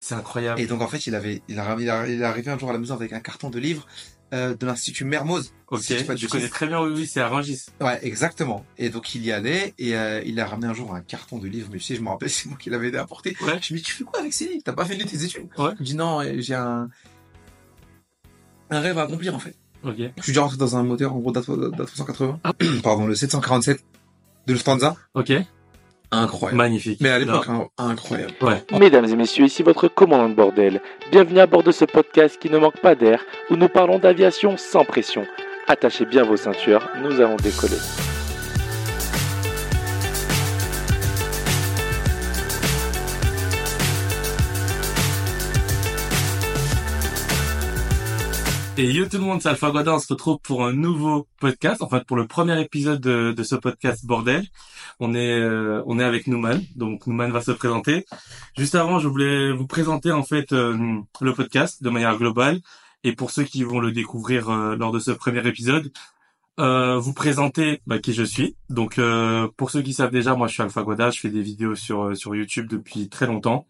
C'est incroyable. Et donc en fait, il avait, il, a, il, a- il est arrivé un jour à la maison avec un carton de livres euh, de l'institut Mermoz. ok, si je dis pas de je bêtises. connais très bien, oui, oui, c'est à Rungis. Ouais, exactement. Et donc il y allait et euh, il a ramené un jour un carton de livres. Mais si je me rappelle, c'est moi qui l'avais apporté. Ouais. Je me dis, tu fais quoi avec ces livres T'as pas fini tes études Ouais. Je dis non, euh, j'ai un un rêve à accomplir en fait. Ok. Je suis déjà rentré dans un moteur en gros d'A380. Ah. Pardon, le 747 de Lufthansa. Ok. Incroyable. Magnifique. Mais Non. à l'époque, hein, incroyable. Mesdames et messieurs, ici votre commandant de bordel. Bienvenue à bord de ce podcast qui ne manque pas d'air, où nous parlons d'aviation sans pression. Attachez bien vos ceintures, nous allons décoller. Et yo tout le monde, c'est Alpha Guada, on se retrouve pour un nouveau podcast, enfin pour le premier épisode de, de ce podcast bordel. On est euh, on est avec Nouman, donc Nouman va se présenter. Juste avant, je voulais vous présenter en fait euh, le podcast de manière globale et pour ceux qui vont le découvrir euh, lors de ce premier épisode, euh, vous présenter bah, qui je suis. Donc euh, pour ceux qui savent déjà, moi je suis Alpha Guada, je fais des vidéos sur euh, sur YouTube depuis très longtemps.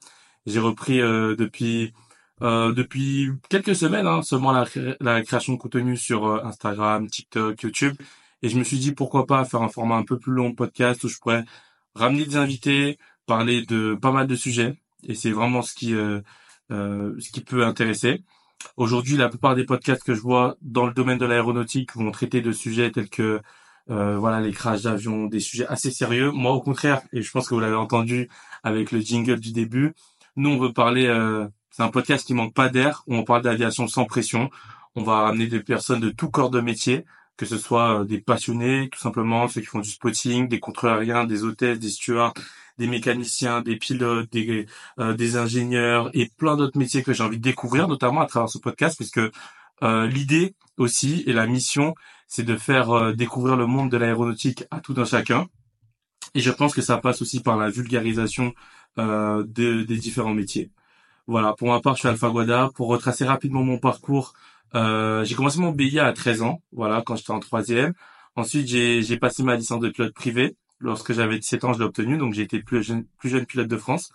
J'ai repris euh, depuis euh, depuis quelques semaines hein, seulement la, cré- la création de contenu sur euh, Instagram, TikTok, YouTube. Et je me suis dit pourquoi pas faire un format un peu plus long de podcast où je pourrais ramener des invités, parler de pas mal de sujets. Et c'est vraiment ce qui euh, euh, ce qui peut intéresser. Aujourd'hui, la plupart des podcasts que je vois dans le domaine de l'aéronautique vont traiter de sujets tels que euh, voilà les crashs d'avions, des sujets assez sérieux. Moi, au contraire, et je pense que vous l'avez entendu avec le jingle du début, nous on veut parler euh, c'est un podcast qui manque pas d'air, où on parle d'aviation sans pression. On va ramener des personnes de tout corps de métier, que ce soit euh, des passionnés, tout simplement, ceux qui font du spotting, des contrôleurs aériens, des hôtesses, des stewards, des mécaniciens, des pilotes, des, euh, des ingénieurs et plein d'autres métiers que j'ai envie de découvrir, notamment à travers ce podcast, puisque euh, l'idée aussi et la mission, c'est de faire euh, découvrir le monde de l'aéronautique à tout un chacun. Et je pense que ça passe aussi par la vulgarisation euh, de- des différents métiers. Voilà, pour ma part, je suis Alpha Guada. Pour retracer rapidement mon parcours, euh, j'ai commencé mon BIA à 13 ans, voilà, quand j'étais en troisième. Ensuite, j'ai j'ai passé ma licence de pilote privé. Lorsque j'avais 17 ans, je l'ai obtenue, donc j'ai été plus jeune, plus jeune pilote de France.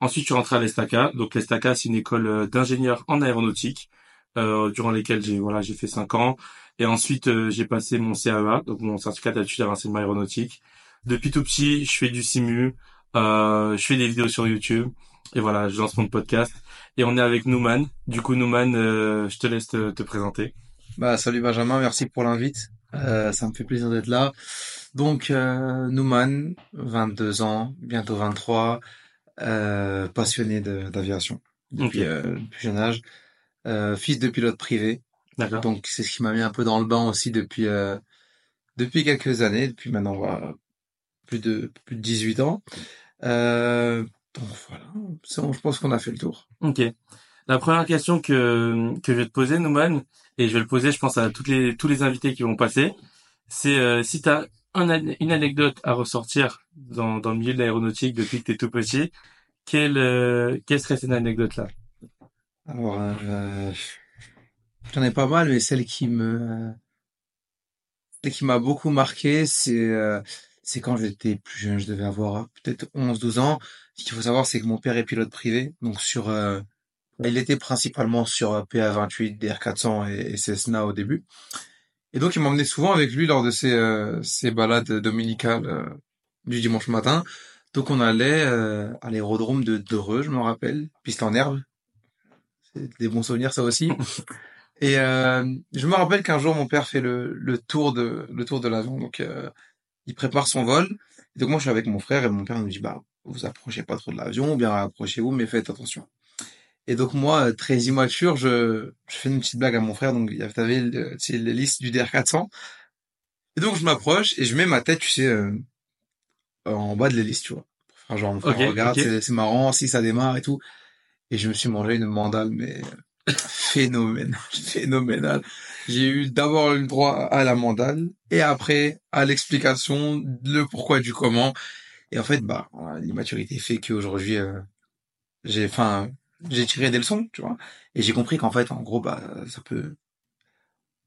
Ensuite, je suis rentré à l'ESTACA. Donc l'ESTACA, c'est une école euh, d'ingénieurs en aéronautique, euh, durant lesquelles j'ai voilà, j'ai fait 5 ans. Et ensuite, euh, j'ai passé mon CAEA, donc mon certificat d'aptitude à l'enseignement aéronautique. Depuis tout petit, je fais du simu, euh, je fais des vidéos sur YouTube. Et voilà, je lance mon podcast. Et on est avec Nouman. Du coup, Nouman, euh, je te laisse te, te présenter. Bah, salut Benjamin, merci pour l'invite. Euh, ça me fait plaisir d'être là. Donc, euh, Nouman, 22 ans, bientôt 23, euh, passionné de- d'aviation depuis, Ok. euh, depuis jeune âge, euh, fils de pilote privé. D'accord. Donc, c'est ce qui m'a mis un peu dans le bain aussi depuis, euh, depuis quelques années, depuis maintenant voilà, plus de, plus de 18 ans. Euh, donc voilà, C'est- je pense qu'on a fait le tour. Ok. La première question que, que je vais te poser, Nouman, et je vais le poser, je pense, à toutes les, tous les invités qui vont passer, c'est euh, si tu as une anecdote à ressortir dans, dans le milieu de l'aéronautique depuis que tu es tout petit, quelle, euh, quelle serait cette anecdote-là Alors, euh, j'en ai pas mal, mais celle qui me, celle qui m'a beaucoup marqué, c'est, euh, c'est quand j'étais plus jeune, je devais avoir euh, peut-être 11, 12 ans. Ce qu'il faut savoir, c'est que mon père est pilote privé, donc sur, euh, il était principalement sur euh, PA28, DR400 et, et Cessna au début. Et donc, il m'emmenait souvent avec lui lors de ses, euh, ses balades dominicales, euh, du dimanche matin. Donc, on allait, euh, à l'aérodrome de Dreux, je m'en rappelle, piste en herbe. C'est des bons souvenirs, ça aussi. Et euh, je me rappelle qu'un jour, mon père fait le, le tour de le tour de l'avion. Donc, euh, il prépare son vol. Et donc, moi, je suis avec mon frère et mon père nous dit, bah, vous approchez pas trop de l'avion, ou bien approchez-vous, mais faites attention. Et donc, moi, euh, très immature, je, je fais une petite blague à mon frère. Donc, il y avait t'avais le- tu sais, l'hélice du DR400. Et donc, je m'approche et je mets ma tête, tu sais, euh, en bas de l'hélice, tu vois. Pour faire genre, mon frère, Ok, regarde, ok. c'est- c'est marrant, si ça démarre et tout. Et je me suis mangé une mandale, mais phénoménale, phénoménale. J'ai eu d'abord le droit à la mandale et après à l'explication, le pourquoi du comment. Et en fait, bah, voilà, l'immaturité fait qu'aujourd'hui, euh, j'ai, enfin, j'ai tiré des leçons, tu vois. Et j'ai compris qu'en fait, en gros, bah, ça peut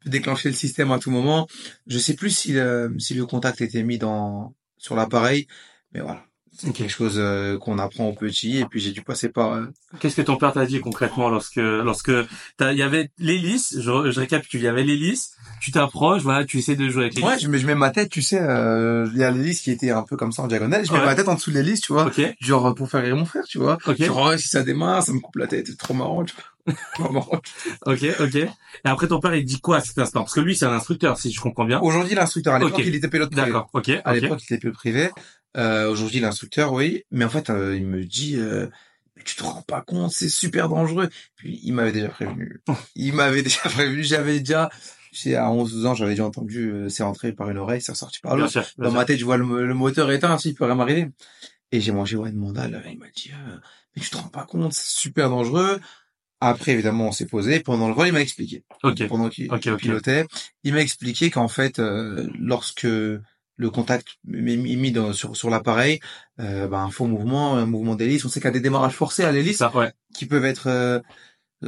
déclencher le système à tout moment. Je sais plus si le, si le contact était mis dans, sur l'appareil, mais voilà. C'est quelque chose euh, qu'on apprend au petit et puis j'ai dû passer par euh, Qu'est-ce que ton père t'a dit concrètement lorsque lorsque t'as- il y avait l'hélice, je, je récapitule, il y avait l'hélice, tu t'approches, voilà, tu essaies de jouer avec l'hélice. Ouais, je mets, je mets ma tête, tu sais, euh, il y a l'hélice qui était un peu comme ça en diagonale, je mets Ouais. ma tête en dessous de l'hélice, tu vois, Ok, genre pour faire rire mon frère, tu vois. ok, Genre, oh, si ça démarre, ça me coupe la tête, c'est trop marrant, tu vois. Trop marrant. ok, ok. Et après ton père il dit quoi à cet instant Parce que lui c'est un instructeur si je comprends bien. Ah. Aujourd'hui, l'instructeur, à l'époque, Ok. il était pilote privé. D'accord, ok, À ok. l'époque, il était pilote privé. Euh, Aujourd'hui, l'instructeur, oui. Mais en fait, euh, il me dit, euh, Mais tu te rends pas compte, c'est super dangereux. Puis, il m'avait déjà prévenu. Oh. Il m'avait déjà prévenu, j'avais déjà, j'ai à 11 ans, j'avais déjà entendu, euh, c'est entré par une oreille, c'est ressorti par l'autre. Bien sûr, bien Dans sûr. ma tête, je vois le, le moteur éteint, si, il pourrait m'arriver. Et j'ai mangé ouais, de mandale. euh, Il m'a dit, euh, mais tu te rends pas compte, c'est super dangereux. Après, évidemment, on s'est posé. Pendant le vol, il m'a expliqué. Ok, Pendant qu'il Ok, qu'il ok. pilotait, il m'a expliqué qu'en fait, euh, lorsque le contact est mis est mis dans- sur, sur l'appareil, euh, ben, un faux mouvement, un mouvement d'hélice. On sait qu'il y a des démarrages forcés à l'hélice ça, ouais. qui peuvent être euh,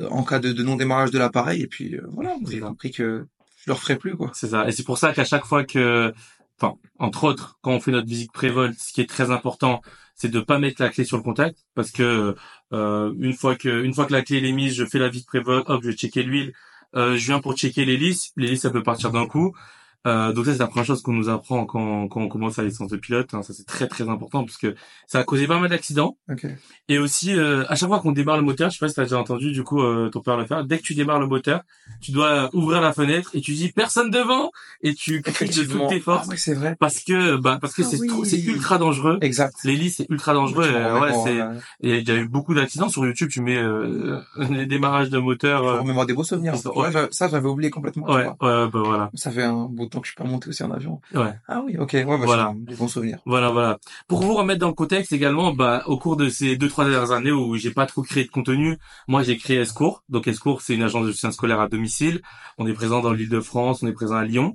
en cas de, de non-démarrage de l'appareil. Et puis, euh, voilà, j'ai compris que je le referai plus, quoi. C'est ça. Et c'est pour ça qu'à chaque fois que, enfin, entre autres, quand on fait notre musique pré-vol, ce qui est très important, c'est de pas mettre la clé sur le contact, parce que euh, une fois que, une fois que la clé elle est mise, je fais la visite pré-vol, hop, je vais checker l'huile, euh, je viens pour checker l'hélice, l'hélice ça peut partir d'un coup. Euh, donc ça c'est la première chose qu'on nous apprend quand, quand on commence la licence de pilote, hein. ça c'est très très important parce que ça a causé pas mal d'accidents Ok. et aussi euh, à chaque fois qu'on démarre le moteur, je sais pas si t'as déjà entendu du coup euh, ton père le faire, dès que tu démarres le moteur, tu dois euh, ouvrir la fenêtre et tu dis personne devant et tu cries de toutes tes forces Ah ouais, c'est vrai. parce que bah parce que Ah c'est oui. trop- c'est ultra dangereux. Exact. L'hélice c'est ultra dangereux. Tu euh, remets ouais, en- c'est euh, et il y a eu beaucoup d'accidents sur YouTube, tu mets euh, les démarrages de moteur tu euh, remets-moi des beaux souvenirs. ils sont- Ouais, j'a- ça, j'avais oublié complètement. tu Ouais, ouais, vois. bah voilà. Ça fait un bout de temps que je suis pas monté aussi en avion. Ouais. Ah oui, ok. Ouais, bah, Voilà. voilà. Des bons souvenirs. Voilà, voilà. Pour vous remettre dans le contexte également, bah, au cours de ces deux, trois dernières années où j'ai pas trop créé de contenu, moi, j'ai créé Escours. Donc, Escours, c'est une agence de soutien scolaire à domicile. On est présent dans l'île de France, on est présent à Lyon.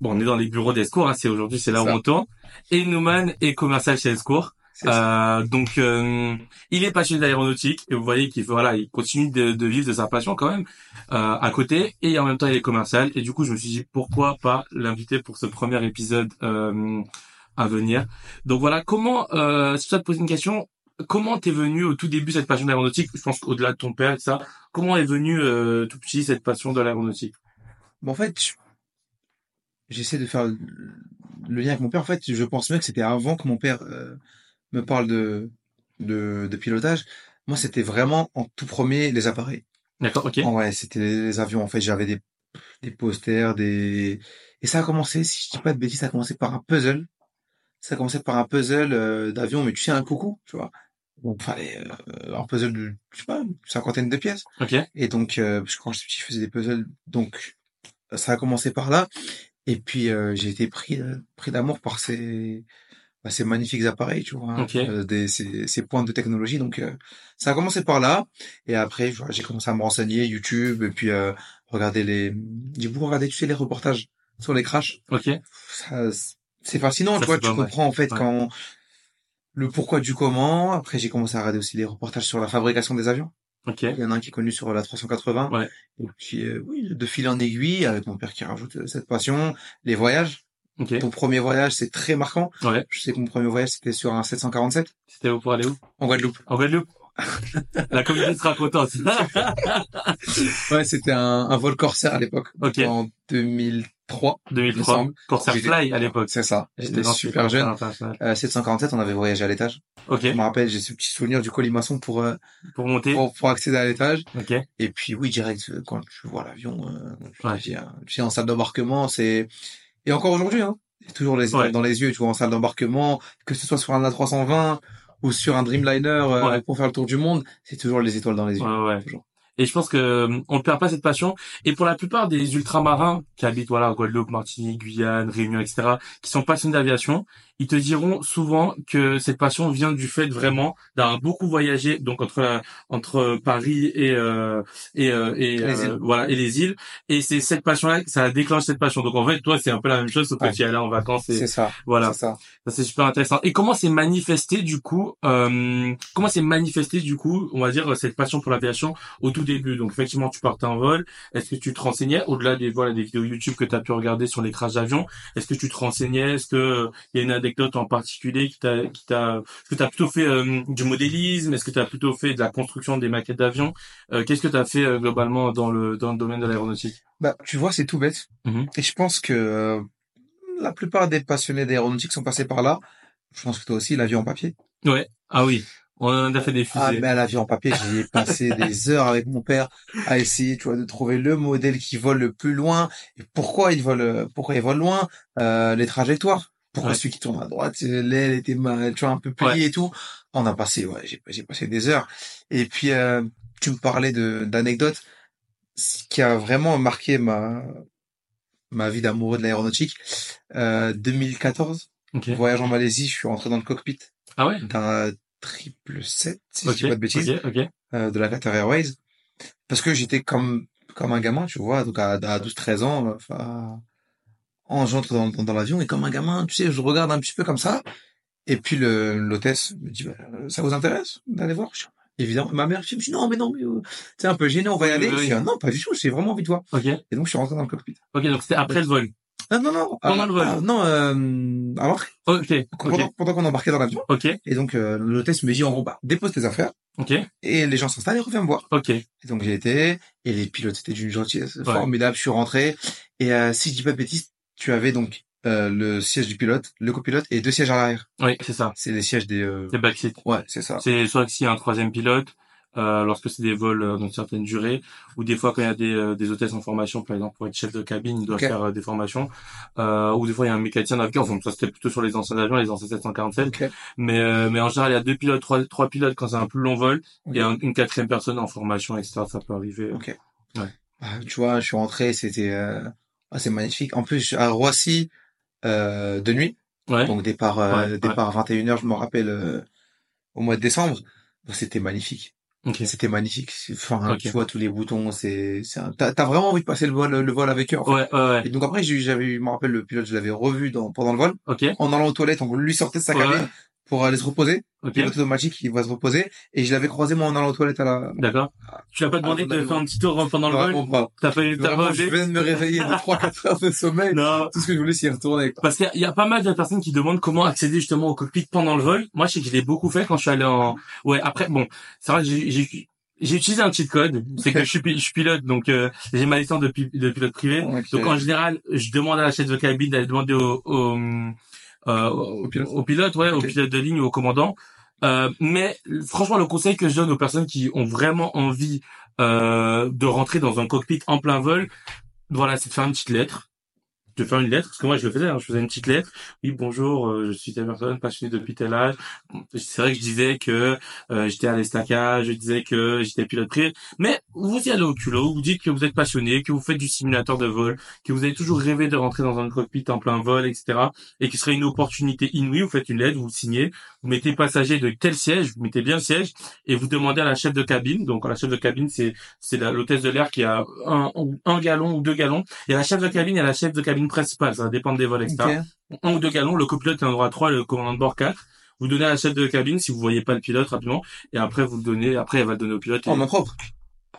Bon, on est dans les bureaux d'Escours, hein. C'est aujourd'hui, c'est là où Ça. on tourne. Et Newman est commercial chez Escours. C'est ça. Euh, donc, euh, il est passionné d'aéronautique et vous voyez qu'il voilà, il continue de, de vivre de sa passion quand même euh, à côté et en même temps il est commercial et du coup je me suis dit pourquoi pas l'inviter pour ce premier épisode euh, à venir. Donc voilà, comment euh, si je dois te poser une question, comment t'es venu au tout début cette passion de l'aéronautique Je pense qu'au-delà de ton père et tout ça, comment est venue euh, tout petit cette passion de l'aéronautique Bon, en fait, je- j'essaie de faire le- le lien avec mon père. En fait, je pense même que c'était avant que mon père euh, me parle de, de, de pilotage. Moi, c'était vraiment en tout premier les appareils. D'accord, ok, Ouais, c'était les, les avions. En fait, j'avais des, des posters, des... Et ça a commencé, si je dis pas de bêtises, ça a commencé par un puzzle. Ça a commencé par un puzzle euh, d'avion, mais tu sais, un coucou, tu vois. Donc, fallait euh, un puzzle de, je sais pas, une cinquantaine de pièces. ok, Et donc, euh, parce que quand j'étais petit, je faisais des puzzles. Donc, ça a commencé par là. Et puis, euh, j'ai été pris, euh, pris d'amour par ces, bah, ces magnifiques appareils, tu vois, hein, Ok. euh, des, ces, ces pointes de technologie. Donc, euh, ça a commencé par là. Et après, je- j'ai commencé à me renseigner, YouTube, et puis euh, regarder les... J'ai beaucoup regardé, tu sais, les reportages sur les crashs. ok, Ça, c'est- c'est fascinant, Ça, tu vois, c'est tu pas mal. comprends en fait Ouais. quand... Le pourquoi du comment. Après, j'ai commencé à regarder aussi les reportages sur la fabrication des avions. ok. Il y en a un qui est connu sur la 380. Ouais. Et puis, euh, oui, de fil en aiguille, avec mon père qui rajoute euh, cette passion, les voyages. Ok. Ton premier voyage, c'est très marquant. Ouais. Je sais que mon premier voyage, c'était sur un 747 C'était où pour aller où en Guadeloupe. En Guadeloupe. La communauté sera contente. Ouais, c'était un, un vol Corsair à l'époque. ok. En 2003, il me 2003. semble. Corsair J'étais- Fly à l'époque. C'est ça. J'étais dans super ces jeune. concerts internationaux. Euh, 747, on avait voyagé à l'étage. Ok. Je me rappelle, j'ai ce petit souvenir du colimaçon pour, euh, Pour monter. pour, pour accéder à l'étage. Ok. Et puis, oui, direct, euh, quand tu vois l'avion, euh, tu Ouais. te dis, hein, tu sais, en salle d'embarquement, c'est, et encore aujourd'hui, hein, c'est toujours les étoiles Ouais. dans les yeux, tu vois, en salle d'embarquement, que ce soit sur un A320 ou sur un Dreamliner euh, Ouais. pour faire le tour du monde, c'est toujours les étoiles dans les yeux. Ouais, ouais. Toujours. Et je pense que euh, on ne perd pas cette passion. Et pour la plupart des ultramarins qui habitent voilà en Guadeloupe, Martinique, Guyane, Réunion, etc., qui sont passionnés d'aviation, ils te diront souvent que cette passion vient du fait vraiment d'avoir beaucoup voyagé, donc entre la- entre Paris et euh, et, euh, et Les euh, îles. voilà et les îles. Et c'est cette passion-là, ça déclenche cette passion. Donc en fait, toi, c'est un peu la même chose, sauf que Ouais. tu y allais en vacances. Et, C'est ça. voilà. C'est ça. Ça, c'est super intéressant. Et comment s'est manifesté du coup, euh, comment s'est manifesté du coup, on va dire euh, cette passion pour l'aviation au tout début. Donc effectivement, tu partais en vol. Est-ce que tu te renseignais au-delà des voilà des vidéos YouTube que tu as pu regarder sur les crashs d'avion Est-ce que tu te renseignais Est-ce que euh, il y a une anecdote en particulier qui t'a, qui t'a, est-ce que t'as plutôt fait euh, du modélisme, est-ce que t'as plutôt fait de la construction des maquettes d'avions, Euh, qu'est-ce que t'as fait euh, globalement dans le dans le domaine de l'aéronautique Bah, tu vois, c'est tout bête. Mhm. Et je pense que euh, la plupart des passionnés d'aéronautique sont passés par là. Je pense que toi aussi, l'avion en papier. Ah oui, on en a fait des Ah, fusées. mais à l'avion en papier, j'y ai passé des heures avec mon père à essayer, tu vois, de trouver le modèle qui vole le plus loin et pourquoi il vole, euh, pourquoi il vole loin, euh, les trajectoires. Pourquoi Ouais. celui qui tourne à droite, euh, l'aile était, ma- tu vois, un peu pliée et tout. On a passé, ouais, j'ai, j'ai passé des heures. Et puis, euh, tu me parlais de, d'anecdotes. Ce qui a vraiment marqué ma, ma vie d'amoureux de l'aéronautique, euh, 2014, Ok. voyage en Malaisie, je suis rentré dans le cockpit Ah ouais. d'un triple 7, si je Ok. dis pas de bêtises Ok. Ok. euh, de la Qatar Airways parce que j'étais comme comme un gamin tu vois donc à, à 12 13 ans euh, enfin en- j'entre dans, dans, dans l'avion et comme un gamin tu sais je regarde un petit peu comme ça et puis le l'hôtesse me dit bah, euh, ça vous intéresse d'aller voir Je dis, évidemment ma mère je me dit non mais non mais euh, c'est un peu gênant on va y Oui, aller oui, Je dis, oui. ah, non pas du tout j'ai vraiment envie de voir Ok. et donc je suis rentré dans le cockpit Ok. Donc c'était après le vol. ah non non Pendant ah, le vol. ah, non euh, à l'entrée Oh, Ok. pendant, Ok. pendant qu'on embarquait dans l'avion Ok. et donc euh, l'hôtesse me dit en gros bah dépose tes affaires Ok. et les gens s'installent et reviens me voir Ok. Et donc j'y étais, et les pilotes étaient d'une gentillesse Ouais. formidable, je suis rentré, et euh, si je dis pas de bêtises, tu avais donc euh, le siège du pilote, le copilote, et deux sièges à l'arrière. Oui, c'est ça. C'est les sièges des... euh, C'est backseat. Ouais, c'est ça. C'est soit s'il y a un troisième pilote, euh, lorsque c'est des vols euh, d'une certaine durée, ou des fois quand il y a des, euh, des hôtesses en formation, par exemple pour être chef de cabine, il doit Ok. faire euh, des formations, euh, ou des fois il y a un mécanicien d'avion. Enfin, ça c'était plutôt sur les anciens avions, les anciens 747. Ok. Mais euh, mais en général, il y a deux pilotes, trois trois pilotes quand c'est un plus long vol, Ok. et un- une quatrième personne en formation, etc. Ça peut arriver. Ok. Ouais. Ah, tu vois, je suis rentré, c'était... Euh... ah, c'est magnifique. En plus, je suis à Roissy, euh, de nuit, Ouais. donc départ, euh, Ouais, ouais. départ à 21h, je me rappelle, euh, au mois de décembre. Donc, C'était magnifique. Ok. C'était magnifique. C'est- Enfin, Ok. tu vois tous les boutons, c'est, c'est un... t'as t'as vraiment envie de passer le vol, le vol avec eux. en fait. Ouais, ouais, ouais. Et donc après, j'ai eu- j'avais, eu- je me rappelle, le pilote, je l'avais revu dans, pendant le vol. Ok. En allant aux toilettes, on lui sortait de sa Ouais. cabine pour aller se reposer. Ok. Pilote automatique, il va se reposer. Et je l'avais croisé, moi, en allant aux toilettes à la... D'accord. Tu l'as pas demandé Ah, de d'accord. faire un petit tour pendant le Vraiment, vol voilà. T'as pas eu le Vraiment, je temps venais de me réveiller de 3-4 heures de sommeil. Non. Tout ce que je voulais, c'est y retourner. quoi. Parce qu'il y a pas mal de personnes qui demandent comment accéder justement au cockpit pendant le vol. Moi, je sais que je l'ai beaucoup fait quand je suis allé en. Ouais, après, bon, c'est vrai que j'ai- j'ai j'ai utilisé un cheat code. C'est que je suis, pi- je suis pilote, donc euh, j'ai ma licence de, pi- de pilote privé. Ok. Donc en général, je demande à la chef de cabine d'aller demander au au, euh, au, Au pilote. au pilote, ouais, au Ok. pilote de ligne ou au commandant. Euh, mais franchement, le conseil que je donne aux personnes qui ont vraiment envie euh, de rentrer dans un cockpit en plein vol, voilà, c'est de faire une petite lettre de faire une lettre, parce que moi je le faisais, hein, je faisais une petite lettre. Oui, bonjour, euh, je suis telle personne, passionnée depuis tel âge. C'est vrai que je disais que euh, j'étais à l'estaca, je disais que j'étais pilote privé, mais vous y allez au culot, vous dites que vous êtes passionné, que vous faites du simulateur de vol, que vous avez toujours rêvé de rentrer dans un cockpit en plein vol, etc. Et que ce serait une opportunité inouïe, vous faites une lettre, vous le signez, vous mettez passager de tel siège, vous mettez bien le siège, et vous demandez à la chef de cabine, donc la chef de cabine c'est c'est la- l'hôtesse de l'air qui a un, un galon ou deux galons, il y a la chef de cabine et la chef de cabine principale, ça va dépendre des vols, etc. Ok. Un ou deux galons, le copilote il en aura trois, le commandant de bord quatre. Vous donnez à la chef de cabine si vous voyez pas le pilote rapidement, et après vous le donnez, après elle va le donner au pilote. et- En main propre.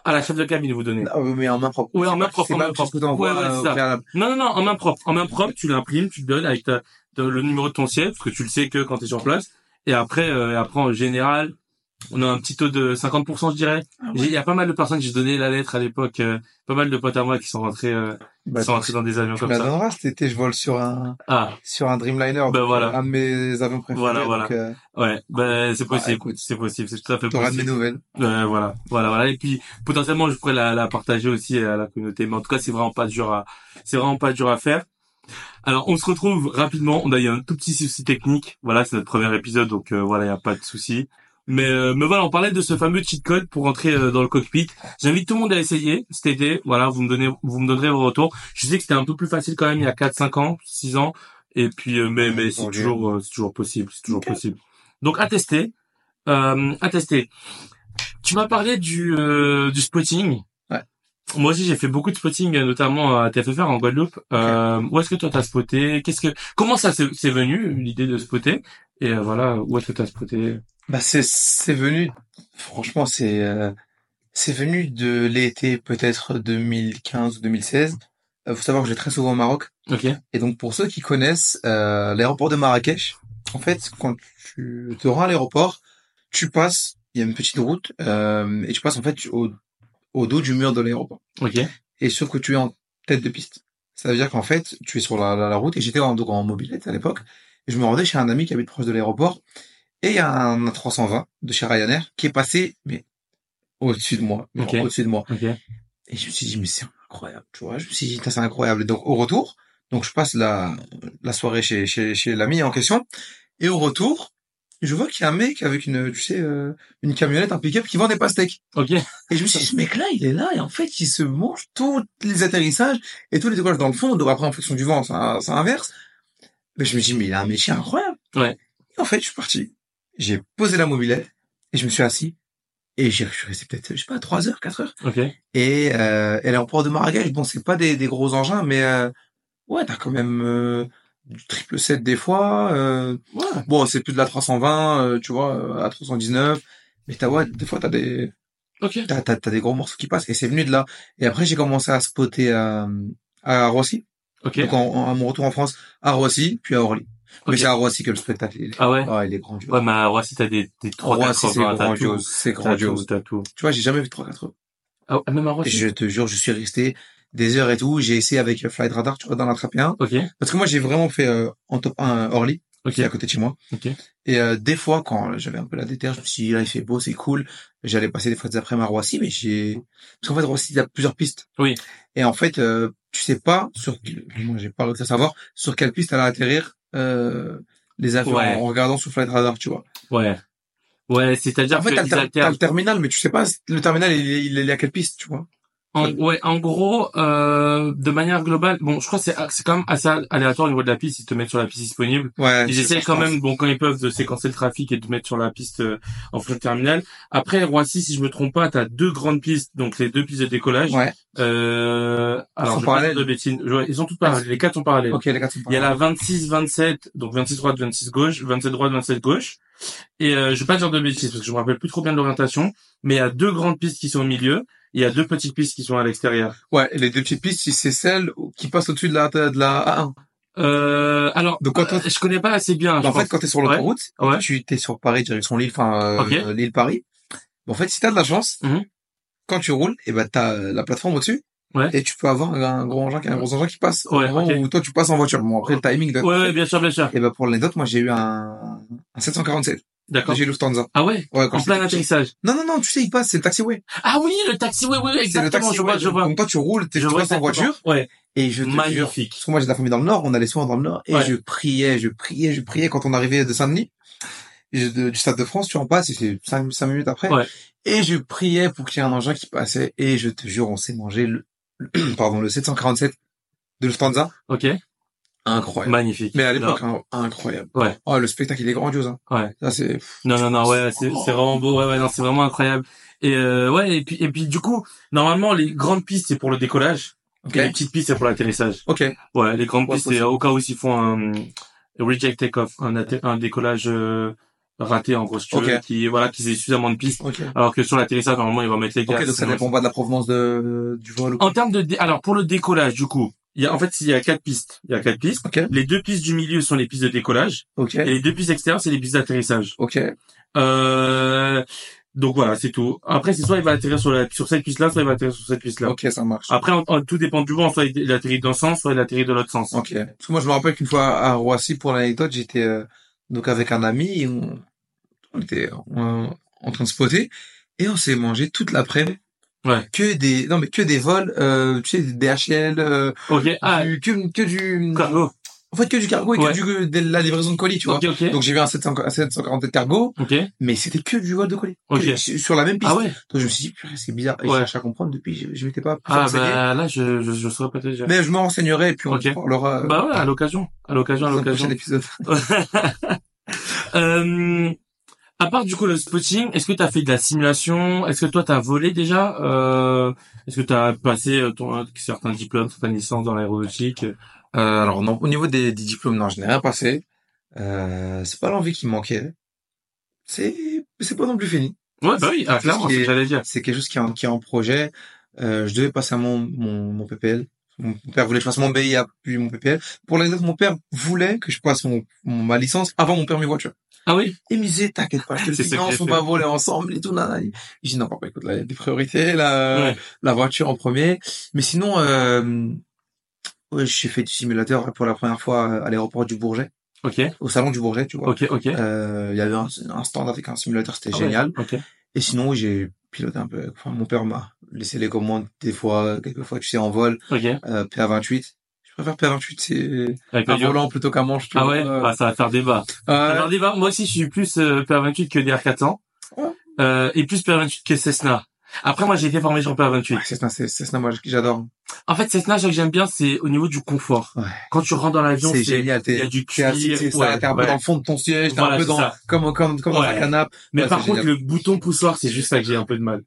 À la chef de cabine vous donnez. Ah, mais en main propre. Ouais, en main propre, C'est en pas main un petit propre. coup d'envoi, Ouais, ouais, euh, c'est au ça. préalable. Non, non, non, en main propre. En main propre, tu l'imprimes, tu le donnes avec ta, ta- le numéro de ton siège, parce que tu le sais que quand tu es sur place. Et après, euh, et après en général, on a un petit taux de 50%, je dirais. Ah ouais. J'ai- Il y a pas mal de personnes que j'ai donné la lettre à l'époque, euh, pas mal de potes à moi qui sont rentrés, euh, Bah, qui sont rentrés dans des avions tu comme me la ça. donneras cet été, je vole sur un, Ah, sur un Dreamliner. Bah, voilà. Un de mes avions préférés. Voilà, voilà. Donc, euh, Ouais, ben c'est Bah, possible, écoute. c'est possible, c'est tout à fait t'auras de mes possible. nouvelles. Euh, voilà, voilà, voilà. Et puis potentiellement, je pourrais la, la partager aussi à la communauté. Mais en tout cas, c'est vraiment pas dur à, c'est vraiment pas dur à faire. Alors, on se retrouve rapidement. On a eu un tout petit souci technique. Voilà, c'est notre premier épisode, donc euh, voilà, il y a pas de souci. Mais, euh, mais voilà, on parlait de ce fameux cheat code pour entrer euh, dans le cockpit. J'invite tout le monde à essayer cet été. Voilà, vous me donnez, vous me donnerez vos retours. Je sais que c'était un peu plus facile quand même il y a 4, 5 ans, 6 ans. Et puis, euh, mais, mais c'est Ok. toujours, euh, c'est toujours possible, c'est toujours possible. Donc, à tester, euh, à tester. Tu m'as parlé du, euh, du spotting. Ouais. Moi aussi, j'ai fait beaucoup de spotting, euh, notamment à TFFR en Guadeloupe. Euh, où est-ce que toi t'as spoté Qu'est-ce que, comment ça s'est- c'est venu l'idée de spotter Et euh, voilà, où est-ce que t'as spoté Bah c'est c'est venu franchement c'est euh, c'est venu de l'été peut-être 2015 ou 2016 Euh, faut savoir que j'ai très souvent au Maroc. Ok. Et donc pour ceux qui connaissent euh, l'aéroport de Marrakech, en fait, quand tu te rends à l'aéroport, tu passes, il y a une petite route, euh, et tu passes en fait au, au dos du mur de l'aéroport. Ok. Et sauf que tu es en tête de piste. Ça veut dire qu'en fait, tu es sur la, la, la route, et j'étais en, donc en mobilette à l'époque, et je me rendais chez un ami qui habite proche de l'aéroport, et il y a un 320 de chez Ryanair qui est passé, mais au-dessus de moi, mais Ok. genre au-dessus de moi. Ok. Et je me suis dit, mais c'est incroyable, tu vois. Je me suis dit, putain, c'est incroyable. Et donc, au retour, donc je passe la, la soirée chez, chez, chez l'ami en question. Et au retour, je vois qu'il y a un mec avec une, tu sais, euh, une camionnette, un pick-up qui vend des pastèques. Ok. Et je me suis dit, ce mec-là, il est là, et en fait, il se mange tous les atterrissages et tous les décollages dans le fond. Donc après, en fonction du vent, ça, ça inverse. Mais je me dis, mais il a un métier incroyable. Ouais. Et en fait, je suis parti. J'ai posé la mobilette et je me suis assis. Et j'ai, je suis resté peut-être, je sais pas, trois heures, quatre heures. Ok. Et, euh, et l'aéroport de Marrakech, bon, c'est pas des, des gros engins, mais euh, ouais, t'as quand même euh, du triple 7 des fois. euh, Ouais. bon, c'est plus de la 320, euh, tu vois, euh, à 319. Mais t'as, ouais, des fois, t'as des, Ok. t'as, t'as, t'as des gros morceaux qui passent. Et c'est venu de là. Et après, j'ai commencé à spotter à, à Roissy. Ok. Donc, en- en- à mon retour en France, à Roissy, puis à Orly. Mais Ok. c'est à Roissy que le spectacle, il est, Ah ouais. ah, il est grandiose. Ouais, mais à Roissy, t'as des, des 3 Roissy, c'est 80, t'as tout. grandiose. C'est T'as tout, grandiose. t'as tout. Tu vois, j'ai jamais vu 380. Ah, ouais, même à Et Roissy. Je te jure, je suis resté des heures et tout. J'ai essayé avec Flight Radar, tu vois, d'en attraper un. Ok. Parce que moi, j'ai vraiment fait euh, en top 1 euh, Orly, Ok. qui est à côté de chez moi. Ok. Et euh, des fois, quand j'avais un peu la déterre, je me suis dit, là, il fait beau, c'est cool. J'allais passer des fois des après-midi à Roissy, mais j'ai... Parce qu'en fait, Roissy, il y a plusieurs pistes. Oui. Et en fait, euh, tu sais pas, sur... moi, j'ai pas réussi à savoir sur quelle piste allait atterrir euh, les avions Ouais. en regardant sur Flight Radar, tu vois. Ouais. Ouais, c'est-à-dire En fait, que t'as le, ils ter- t'as alternent. le terminal, mais tu sais pas, le terminal, il est, il est à quelle piste, tu vois. En, ouais, en gros, euh, de manière globale, bon, je crois que c'est c'est quand même assez aléatoire au niveau de la piste. Ils te mettent sur la piste disponible. Ouais. Ils je- essayent je quand pense. même, bon, quand ils peuvent, de séquencer le trafic et de mettre sur la piste euh, en front terminal. Après, Roissy, si je me trompe pas, t'as deux grandes pistes, donc les deux pistes de décollage. Ouais. Euh, alors, je sont vais pas parallèles. dire de bêtises. Ouais, ils sont toutes parallèles. Les quatre sont parallèles. Ok, les gars, sont Il y a la 26, 27, donc 26 droite, 26 gauche, 27 droite, 27 gauche. Et euh, je vais pas dire de bêtises parce que je me rappelle plus trop bien de l'orientation, mais il y a deux grandes pistes qui sont au milieu, et il y a deux petites pistes qui sont à l'extérieur. Ouais, les deux petites pistes, si c'est celle qui passe au-dessus de la, de la A1. Euh, alors, Donc, quand on- euh, je connais pas assez bien. je en fait, pense. quand t'es sur l'autoroute, Ouais, ouais. tu t'es sur Paris, direction Lille, enfin, euh, Ok. Lille, Paris. En fait, si t'as de la chance, Mhm. quand tu roules, et ben, t'as euh, la plateforme au-dessus. Ouais. Et tu peux avoir un, un gros engin, qui- un gros engin qui passe. Ouais, Au moment ok. où toi, tu passes en voiture. Bon, après, le timing de... ouais, ouais, bien sûr, bien sûr. Et ben, pour l'anecdote, moi, j'ai eu un, un 747. D'accord. J'ai eu Lufthansa. Ah ouais. Ouais, quand En j'étais plein petit. atterrissage. Non, non, non, tu sais, il passe, c'est le taxiway. Ah oui, le taxi. Oui, oui, oui, C'est le exactement. taxiway. Je vois, je vois. Donc, toi, tu roules, t'es- Je tu vois passes en exactement. voiture. Ouais. Et je te jure, Magnifique. Parce que moi, j'ai de la famille dans le Nord, on allait souvent dans le Nord, et Ouais. je priais, je priais, je priais quand on arrivait de Saint-Denis, je- de- du Stade de France, tu en passes, et c'est 5, minutes après. Ouais. Et je priais pour qu'il y ait un engin qui passait, et je te jure, on s'est mangé le, le- pardon, le 747 de Lufthansa. Ok. Incroyable. Magnifique. Mais à l'époque, hein, incroyable. Ouais. Oh, le spectacle, il est grandiose, hein. Ouais. Ça, c'est, Non, non, non, ouais, c'est c'est vraiment beau, ouais, ouais, non, c'est vraiment incroyable. Et euh, ouais, et puis, et puis du coup, normalement, les grandes pistes c'est pour le décollage, ok. et les petites pistes c'est pour l'atterrissage. Ok. Ouais, les grandes Ouais, pistes possible. c'est au cas où s'ils font un un reject takeoff, un, atter- un décollage euh, raté en gros, si tu veux, Ok. qui voilà, qu'ils aient suffisamment de pistes, Ok. alors que sur l'atterrissage normalement ils vont mettre les gaz. Ok, donc ça sinon- dépend pas de la provenance de, du vol. ou- En termes de dé- alors pour le décollage du coup, il y a en fait il y a quatre pistes, il y a quatre pistes. Ok. Les deux pistes du milieu sont les pistes de décollage Ok. et les deux pistes extérieures c'est les pistes d'atterrissage. Ok. Euh, donc voilà, c'est tout. Après, c'est soit il va atterrir sur, la, sur cette piste-là, soit il va atterrir sur cette piste-là. Ok, ça marche. Après, en- en- tout dépend du vent. Soit il il atterrit d'un sens, soit il atterrit de l'autre sens. Ok. Parce que moi, je me rappelle qu'une fois à Roissy, pour l'anecdote, j'étais euh, donc avec un ami, et on, on était en, en train de spotter et on s'est mangé toute l'après-midi. Ouais. Que des non mais que des vols, euh, tu sais, des DHL, euh, Ok, ah, du- que, que du cargo. en fait que du cargo et Ouais. que du, de la livraison de colis, tu vois. Ok, ok, Donc j'ai vu un 700 un 747 cargo, ok. mais c'était que du vol de colis. Ok. Que- sur sur la même piste. Ah ouais. Donc je me suis dit purée, c'est bizarre. Et Ouais. je cherche à comprendre depuis, je, je m'étais pas plus Ah renseigné. bah là, je je, je saurais pas te dire. Mais je m'en renseignerai et puis on Ok. en parlera euh, Bah ouais, à l'occasion, à l'occasion, à dans un l'occasion. prochain épisode. Euh, à part du coup le spotting, est-ce que t'as fait de la simulation Est-ce que toi t'as volé déjà Euh, Est-ce que t'as passé euh, ton, certains diplômes, certaines licences dans l'aéronautique Euh, alors non, au niveau des, des diplômes, non, je n'ai rien passé. Euh, c'est pas l'envie qui me manquait. C'est c'est pas non plus fini. Ouais, bah oui, ah, C'est ce clairement, c'est qui ce est- que j'allais dire. C'est quelque chose qui est en, qui est en projet. Euh, je devais passer à mon, mon, mon PPL, Mon père voulait que je fasse mon BIA puis mon PPL. Pour l'anecdote, mon père voulait que je passe mon, mon- ma licence avant mon permis voiture. Ah oui Il me disait, t'inquiète pas, je te le C'est dis, ce que non, j'ai faut fait. pas voler ensemble et tout. Là, là. Il il dit, non, papa, écoute, là, il y a des priorités, là, Ouais. la voiture en premier. Mais sinon, euh, ouais, j'ai fait du simulateur pour la première fois à l'aéroport du Bourget, Ok, au salon du Bourget, tu vois. ok, ok. Euh, il y avait un, un stand avec un simulateur, c'était Ah ouais, génial. Ok. Et sinon, oui, j'ai piloté un peu. Enfin, mon père m'a laissé les commandes des fois, quelques fois, tu sais, en vol, Ok. euh, PA28. Je préfère PA28, c'est Avec un le violon. volant plutôt qu'un manche, tu Ah vois. ouais, Euh, ah, ça va faire débat. Ça va euh, faire débat. Moi aussi, je suis plus euh, PA28 que DR400. Ouais. Euh, et plus PA28 que Cessna. Après, moi, j'ai été formé sur PA28. ouais, Cessna, c'est Cessna, moi, j'adore. En fait, Cessna, ce que j'aime bien, c'est au niveau du confort. Ouais. Quand tu rentres dans l'avion, C'est c'est... génial. Il y T'es a du t'es cuir. assis, t'es ça, ouais, t'es un peu ouais. dans le fond de ton siège, t'es Voilà, un peu c'est dans, ça. comme, comme, comme dans un Ouais. canapé. Mais Ouais, par c'est contre, génial. le bouton poussoir, c'est juste ça que j'ai un peu de mal.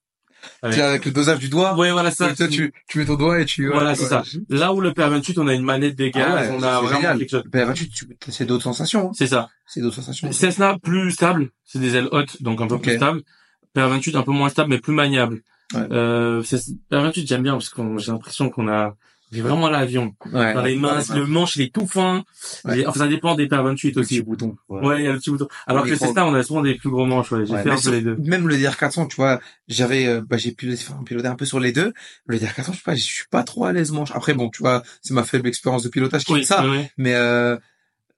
Ouais. Tu vois, Avec le dosage du doigt, Ouais, voilà ça. toi, tu, tu mets ton doigt et tu, Voilà, c'est ça. Là où le PA28, on a une manette des gaz, Ah ouais, on a c'est vraiment génial. quelque chose. PA28, tu- c'est d'autres sensations, hein. C'est ça. C'est d'autres sensations. Cessna, plus stable. C'est des ailes hautes, donc un peu plus Ok. stable. PA28, un peu moins stable, mais plus maniable. Ouais. Euh, Cessna- PA28, j'aime bien parce qu'on, j'ai l'impression qu'on a, j'ai vraiment l'avion. Ouais. Dans les mains, le manche, il est tout fin. Ouais. Les- Enfin, ça dépend des PA28 Petit aussi. bouton. Ouais, il y a le petit bouton. Alors Le que micro. Cessna, on a souvent des plus gros manches, ouais. J'ai Ouais, fait mais un peu sur- les deux. Même le DR400, tu vois, j'avais, euh, bah, j'ai piloté, enfin, piloté un peu sur les deux. Le DR400, je sais pas, je suis pas trop à l'aise manche. Après, bon, tu vois, c'est ma faible expérience de pilotage qui fait ça. ouais, Mais, euh,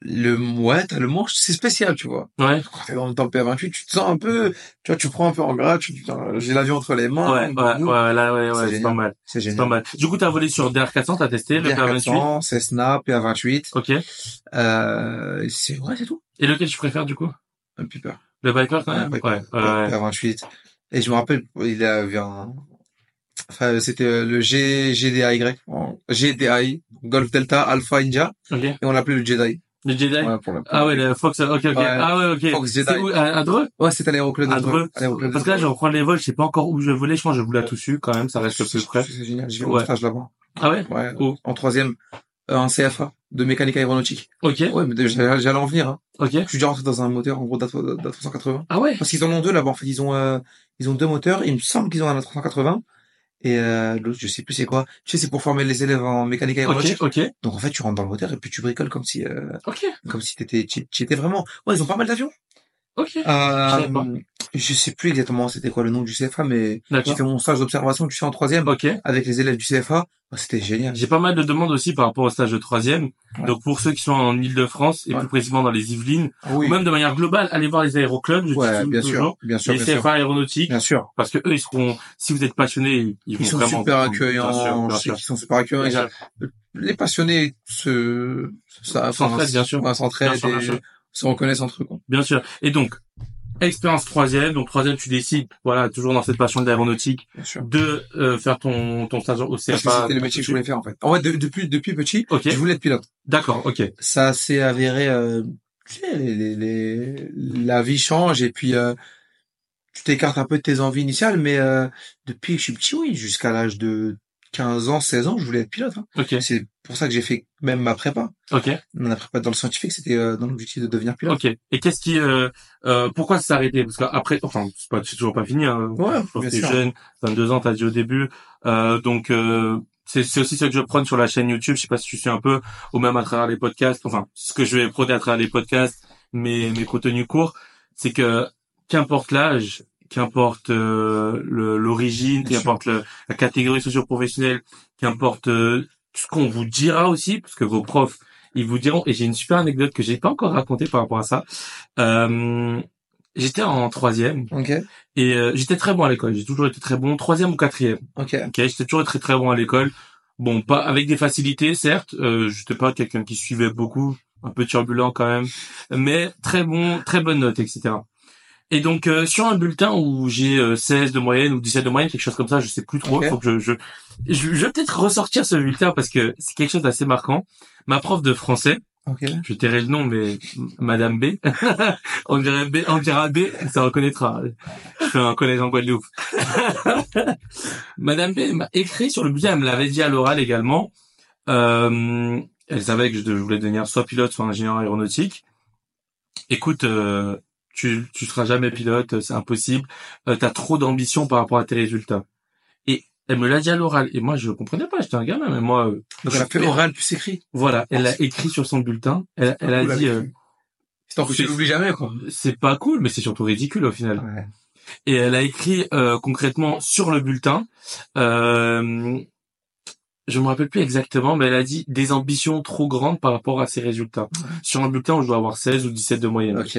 le, ouais, t'as le manche, c'est spécial, tu vois. ouais. Quand t'es dans, dans le PA28, tu te sens un peu, tu vois, tu prends un peu en gras, tu, putain, j'ai l'avion entre les mains. Ouais, ouais, ouais, nous, ouais, là, ouais, C'est ouais, c'est génial. pas mal. C'est C'est pas génial. mal. Du coup, t'as volé sur DR400, t'as testé le PA28. DR400, Cessna, PA28, Ok. Et euh, c'est, ouais, c'est tout. lequel tu préfères, du coup? Un Piper. Le Viper, quand même? Ouais, Ouais, Viper. ouais, ouais. PA28. Et je me rappelle, il avait un, Enfin, c'était euh, le G, GDAY, en- GDI, Golf Delta Alpha India, Ok. et on l'appelait le Jedi. Le Jedi? Ouais, pour la- Ah ouais, le Fox, ok, ok. Ouais. Ah ouais, ok. Fox Jedi. C'est où, à, à Dreux? Ouais, c'était à l'aéroclub de À Dreux. Dreux. À l'aéroclub de Parce que là, je Dreux. reprends les vols, je sais pas encore où je vais voler, je pense que je voulais à Toussus, quand même, ça reste le C'est- plus près. C'est génial, j'ai fait Ouais. mon stage là-bas. Ah ouais? Ouais. Où En troisième, euh, en CFA, de mécanique aéronautique. Ok, Ouais, mais déjà, j'allais j'allais en venir, hein. ok. Je suis déjà rentré dans un moteur, en gros, d'A380. Ah ouais? Parce qu'ils en ont deux là-bas, en fait. Ils ont, euh, ils ont deux moteurs, il me semble qu'ils ont un A380. Et, euh, l'autre, je sais plus c'est quoi. Tu sais, c'est pour former les élèves en mécanique Ok, aéronautique. ok, Donc, en fait, tu rentres dans le moteur et puis tu bricoles comme si, euh, ok, comme si t'étais, tu tu étais vraiment. Ouais, ils ont pas mal d'avions. ok. Je savais pas. Ah, Euh, je sais plus exactement c'était quoi le nom du CFA, mais j'ai D'accord. fait mon stage d'observation, tu sais, en troisième, Ok. avec les élèves du CFA. Oh, c'était génial. J'ai pas mal de demandes aussi par rapport au stage de troisième. Ouais. Donc, pour ceux qui sont en Île-de-France, et Ouais. plus précisément dans les Yvelines, Oui. ou même de manière globale, allez voir les aéroclubs, je Ouais, dis bien toujours. sûr, bien sûr, euh, Les bien sûr. CFA aéronautiques, Bien sûr. parce que eux, ils seront, si vous êtes passionné, ils vont Ils sont vraiment super vous prendre. Bien sûr, accueillants. bien Je sais sûr. qu'ils sont super accueillants. Bien et j'a- sûr. Les passionnés se, ça, S'entraident, bien sûr. Ouais, s'entraident Bien sûr, bien et sûr. se reconnaissent entre eux. quoi. Bien sûr. Et donc, expérience troisième. Donc, troisième, tu décides, voilà, toujours dans cette passion de l'aéronautique, Bien sûr. de euh, faire ton, ton stage au Parce que CFA. c'était le métier que je voulais faire, en fait. En fait, de- depuis, depuis petit, Ok, je voulais être pilote. d'accord, ok. ça s'est avéré euh, tu sais les, les, les- la vie change et puis euh, tu t'écartes un peu de tes envies initiales mais euh, depuis que je suis petit oui jusqu'à l'âge de 15 ans 16 ans je voulais être pilote hein. Ok, c'est pour ça que j'ai fait même ma prépa ok, la prépa dans le scientifique c'était euh, dans l'objectif de devenir pilote ok. Et qu'est-ce qui, euh, euh, pourquoi ça s'est arrêté Parce qu'après, enfin, c'est pas, c'est toujours pas fini. Hein. ouais Quand bien t'es sûr jeune, 22 ans, t'as dit au début. Euh, donc, euh, c'est c'est aussi ce que je prône sur la chaîne YouTube. Je sais pas si tu suis un peu, ou même à travers les podcasts. Enfin, ce que je vais prôner à travers les podcasts, mes, mes contenus courts, c'est que qu'importe l'âge, qu'importe euh, le- l'origine, Bien sûr. qu'importe le- la catégorie socio-professionnelle, qu'importe euh, ce qu'on vous dira aussi, parce que vos profs, ils vous diront. Et j'ai une super anecdote que j'ai pas encore racontée par rapport à ça. Euh, J'étais en troisième ok et euh, j'étais très bon à l'école. J'ai toujours été très bon, troisième ou quatrième. ok Ok, j'étais toujours très très bon à l'école. Bon, pas avec des facilités, certes. Euh, j'étais pas quelqu'un qui suivait beaucoup, un peu turbulent quand même, mais très bon, très bonne note, etc. Et donc euh, sur un bulletin où j'ai euh, 16 de moyenne ou 17 de moyenne, quelque chose comme ça, je sais plus trop. Ok. Faut que je, je, je, je vais peut-être ressortir ce bulletin parce que c'est quelque chose d'assez marquant. Ma prof de français ok je tairai le nom, mais Madame B. on dirait B, on dira B, ça reconnaîtra. Je fais un collège en Guadeloupe. Madame B m'a écrit sur le bulletin, elle me l'avait dit à l'oral également. Euh, elle savait que je voulais devenir soit pilote, soit ingénieur aéronautique. Écoute, euh, tu tu seras jamais pilote, c'est impossible. Euh, T'as trop d'ambition par rapport à tes résultats. Et Elle me l'a dit à l'oral. Et moi, je comprenais pas. J'étais un gamin, mais moi, euh, Donc elle a fait oral plus écrit. voilà. Elle a écrit sur son bulletin. Elle, elle Vous a l'avez dit, fait. euh, C'est tant que tu c'est- l'oublies jamais, quoi. c'est pas cool, mais c'est surtout ridicule au final. Ouais. Et elle a écrit euh, concrètement sur le bulletin. Euh, je me rappelle plus exactement, mais elle a dit des ambitions trop grandes par rapport à ses résultats. Sur un bulletin, je dois avoir 16 ou 17 de moyenne. Ok.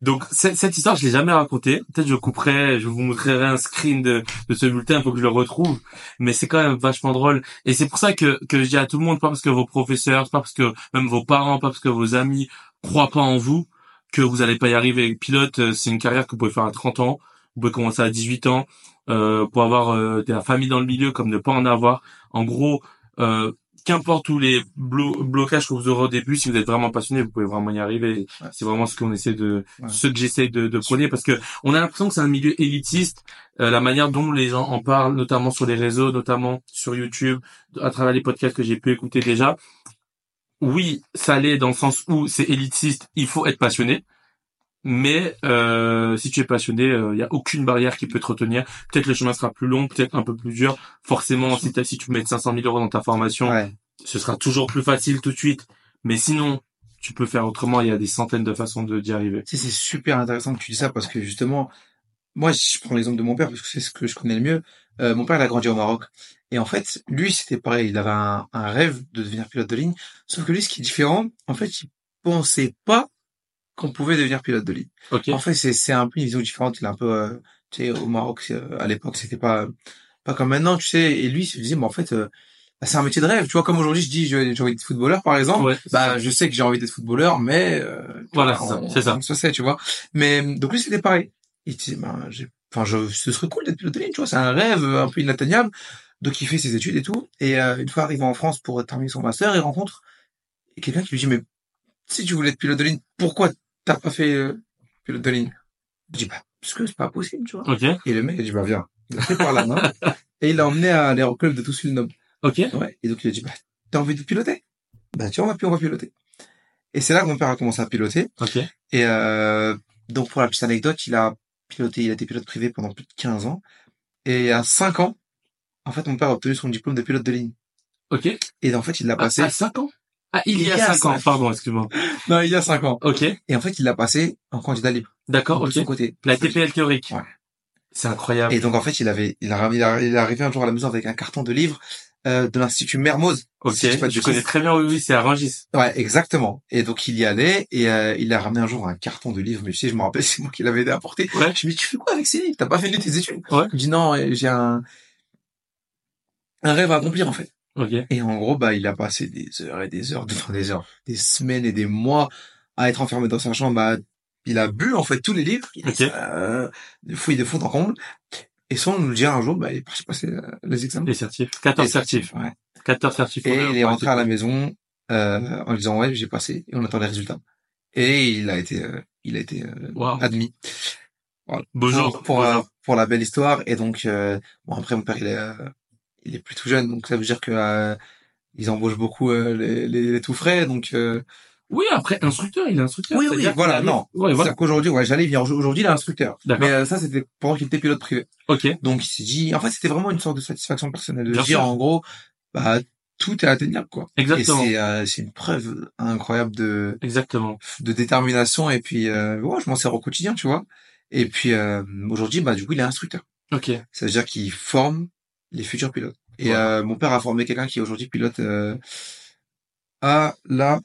Donc cette, cette histoire, je l'ai jamais racontée. Peut-être je couperai, je vous montrerai un screen de, de ce bulletin pour que je le retrouve. Mais c'est quand même vachement drôle. Et c'est pour ça que, que je dis à tout le monde, pas parce que vos professeurs, pas parce que même vos parents, pas parce que vos amis croient pas en vous, que vous allez pas y arriver. Pilote, euh, c'est une carrière que vous pouvez faire à 30 ans. Vous pouvez commencer à 18 ans euh, pour avoir euh, de la famille dans le milieu comme ne pas en avoir. En gros, euh, qu'importe tous les blo- blocages que vous aurez au début, si vous êtes vraiment passionné, vous pouvez vraiment y arriver. Ouais. C'est vraiment ce qu'on essaie de, Ouais. ce que j'essaie de, de prôner, parce que on a l'impression que c'est un milieu élitiste. euh, la manière dont les gens en parlent, notamment sur les réseaux, notamment sur YouTube, à travers les podcasts que j'ai pu écouter déjà. Oui, ça l'est dans le sens où c'est élitiste, il faut être passionné. Mais euh, si tu es passionné, il n'y a aucune barrière qui peut te retenir. Peut-être le chemin sera plus long, peut-être un peu plus dur. Forcément, si, t'as- si tu mets 500 000 euros dans ta formation, Ouais. ce sera toujours plus facile tout de suite. Mais sinon, tu peux faire autrement. Il y a des centaines de façons de d'y arriver. Tu sais, c'est super intéressant que tu dis ça parce que justement, moi, je prends l'exemple de mon père parce que c'est ce que je connais le mieux. Euh, mon père, il a grandi au Maroc. Et en fait, lui, c'était pareil. Il avait un, un rêve de devenir pilote de ligne. Sauf que lui, ce qui est différent, en fait, il pensait pas qu'on pouvait devenir pilote de ligne. Ok. En fait, c'est c'est un peu une vision différente. Il est un peu, euh, tu sais, au Maroc, c'est, euh, à l'époque, c'était pas euh, pas comme maintenant, tu sais. Et lui, il se disait, mais en fait, euh, bah, c'est un métier de rêve. Tu vois, comme aujourd'hui, je dis, je- j'ai envie d'être footballeur, par exemple. Ouais, c'est Bah, ça. je sais que j'ai envie d'être footballeur, mais euh, Voilà, c'est ça, on- c'est ça. on se sait, tu vois. Mais euh, donc lui, c'était pareil. Il disait, ben, j'ai, enfin, je, ce serait cool d'être pilote de ligne, tu vois. C'est un rêve euh, un peu inatteignable. Donc il fait ses études et tout. Et euh, une fois arrivé en France pour terminer son master, il rencontre quelqu'un qui lui dit, mais si tu voulais être pilote de ligne, pourquoi t'as pas fait euh, pilote de ligne Je dis, bah, parce que c'est pas possible, tu vois. Ok. Et le mec, il dit, bah, viens. Il l'a pris par la main. et il l'a emmené à l'aéroclub de Toussulnum. Ok. Ouais. Et donc, il a dit, bah, t'as envie de piloter? Bah, tiens, on va, pi- on va piloter. Et c'est là que mon père a commencé à piloter. Ok. Et, euh, donc, pour la petite anecdote, il a piloté, il a été pilote privé pendant plus de 15 ans. Et à 5 ans, en fait, mon père a obtenu son diplôme de pilote de ligne. Ok. Et en fait, il l'a À, passé. 5 ans Ah, il y a 5 ans. Pardon, excuse-moi. Non, il y a 5 ans. Ok. Et en fait, il l'a passé en candidat libre. D'accord, de ok. son côté. La TPL théorique. Ouais. C'est incroyable. Et donc en fait, il avait, il a, il a- il est arrivé un jour à la maison avec un carton de livres euh, de l'institut Mermoz. ok. si je dis pas de je bêtises. connais très bien, oui, oui, c'est à Rangis. Ouais, exactement. Et donc il y allait et euh, il a ramené un jour un carton de livres. Mais tu sais, je me rappelle, c'est moi qui l'avais apporté. Ouais. Je me dis, tu fais quoi avec ces livres T'as pas fait de tes études Ouais. Il me dit non, euh, j'ai un un rêve à accomplir en fait. Ok. Et en gros, bah, il a passé des heures et des heures, enfin des heures, des semaines et des mois à être enfermé dans sa chambre. Bah, il a bu en fait tous les livres, il a Ok. euh, fouillé de fond en comble. Et sans nous le dire un jour, bah, il est parti passer euh, les examens. Les certifs. 14 certifs. Ouais. 14 certifs. Et il Ouais, est rentré à la maison euh, en disant ouais, j'ai passé. Et on attend les résultats. Et il a été, euh, il a été euh, Wow. admis. Bonjour. Pour, pour, euh, pour la belle histoire. Et donc, euh, bon, après, mon père, il est, euh, il est plus tout jeune. Donc, ça veut dire que euh, ils embauchent beaucoup euh, les, les, les tout frais. Donc, euh, Oui, après, instructeur, il est instructeur. Oui, oui, c'est-à-dire voilà, qu'il arrive- non. Ouais, voilà. c'est-à-dire qu'aujourd'hui, ouais, j'allais venir aujourd'hui, il est instructeur. D'accord. Mais euh, ça, c'était pendant qu'il était pilote privé. Ok. Donc, il s'est dit, en fait, c'était vraiment une sorte de satisfaction personnelle de Bien dire, sûr. en gros, bah, tout est atteignable, quoi. Exactement. Et c'est, euh, c'est une preuve incroyable de, Exactement. de détermination. Et puis, euh, ouais, je m'en sers au quotidien, tu vois. Et puis, euh, aujourd'hui, bah, du coup, il est instructeur. Ok. Ça veut dire qu'il forme les futurs pilotes. Et Ouais. euh, mon père a formé quelqu'un qui est aujourd'hui pilote euh, à la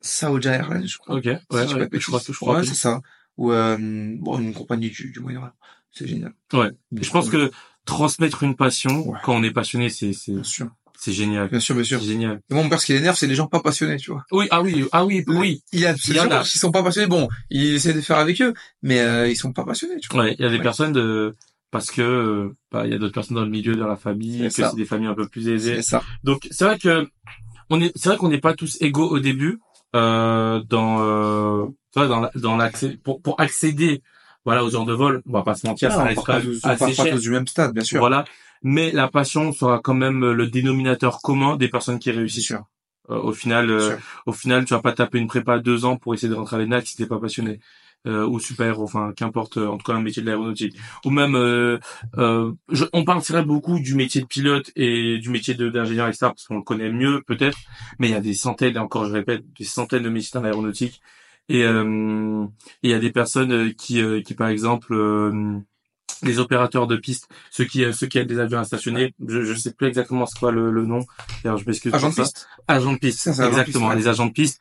Saudi Airlines, je crois. Ok. Ouais, Si dis pas ouais, de je crois que bêtises. je crois. Ouais, que- c'est ça. Ou euh, bon, une compagnie du, du Moyen-Orient. C'est génial. Ouais. Donc, Je pense euh, que transmettre une passion Ouais. quand on est passionné, c'est c'est Bien sûr, c'est génial. bien sûr, bien C'est sûr. génial. Et moi, mon père, ce qui l'énerve, c'est les gens pas passionnés, tu vois. Oui, ah oui, ah oui, oui. Il y a Il ces y en gens a. qui sont pas passionnés. Bon, il essaie de faire avec eux, mais euh, ils sont pas passionnés, tu vois. Ouais, il y a des Ouais. personnes de parce que euh, bah, il y a d'autres personnes dans le milieu, dans la famille, que C'est ça. c'est des familles un peu plus aisées. C'est ça. Donc c'est vrai que on est, c'est vrai qu'on n'est pas tous égaux au début euh, dans euh, tu vois, dans la- dans l'accès pour pour accéder voilà aux heures de vol. On va pas se mentir, ça Non, Ah, on reste part quand pas même tous- on part assez pas cher. tous du même stade, bien sûr. Voilà. Mais la passion sera quand même le dénominateur commun des personnes qui C'est réussissent. sûr. Euh, au final, euh, Sûr. au final, tu vas pas taper une prépa deux ans pour essayer de rentrer à l'ENAC si t'es pas passionné. euh, ou super-héros, enfin qu'importe, euh, en tout cas un métier de l'aéronautique, ou même, euh, euh, je- on partirait beaucoup du métier de pilote et du métier de- d'ingénieur, etc., parce qu'on le connaît mieux peut-être, mais il y a des centaines, et encore je répète, des centaines de métiers dans l'aéronautique, et euh, et il y a des personnes euh, qui, euh, qui par exemple, euh, les opérateurs de piste, ceux qui, euh, ceux qui aident des avions à stationner, je, je sais plus exactement c'est quoi le, le nom, d'ailleurs je m'excuse Agent pour de ça. piste. Agents de piste, Ça, c'est agent de piste, exactement, ouais. les agents de piste.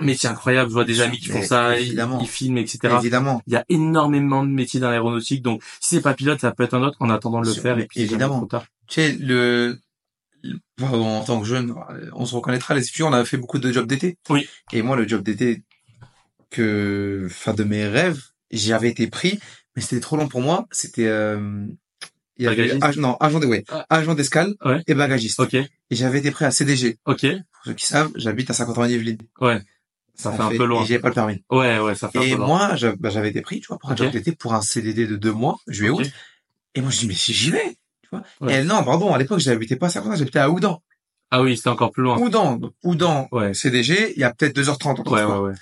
Mais c'est incroyable, je vois des amis qui font Mais ça, ils, évidemment. ils filment, etc. Évidemment. Il y a énormément de métiers dans l'aéronautique, donc si c'est pas pilote, ça peut être un autre en attendant de le Sûr, faire. mais Et puis c'est jamais évidemment. trop tard. Tu sais, le, le- enfin, en tant que jeune, euh, on se reconnaîtra, les étudiants, on a fait beaucoup de jobs d'été. Oui. Et moi, le job d'été que, enfin, de mes rêves, j'y avais été pris, mais c'était trop long pour moi. C'était, euh, il y avait, Bagagiste. ah, non, agent de, ouais, Ah. agent d'escale Ouais. et bagagiste. Ok, Et j'avais été pris à CDG. ok, Pour ceux qui savent, j'habite à 50 ans en Yvelines. Ouais. Ça fait un peu loin. Et j'avais pas le permis. ouais, ouais, ça fait un Et peu mal. moi, j'a- bah, j'avais été pris, tu vois, pour un job Ok. d'été, pour un CDD de deux mois, juillet, Ok. août. Et moi, je dis, mais si j'y vais, tu vois. Ouais. Et elle, non, pardon, à l'époque, j'habitais pas à 50 j'habitais à Oudan. Ah oui, c'était encore plus loin. Oudan, donc Oudan, Ouais, CDG, il y a peut-être 2h30 en ouais, transport. ouais, ouais.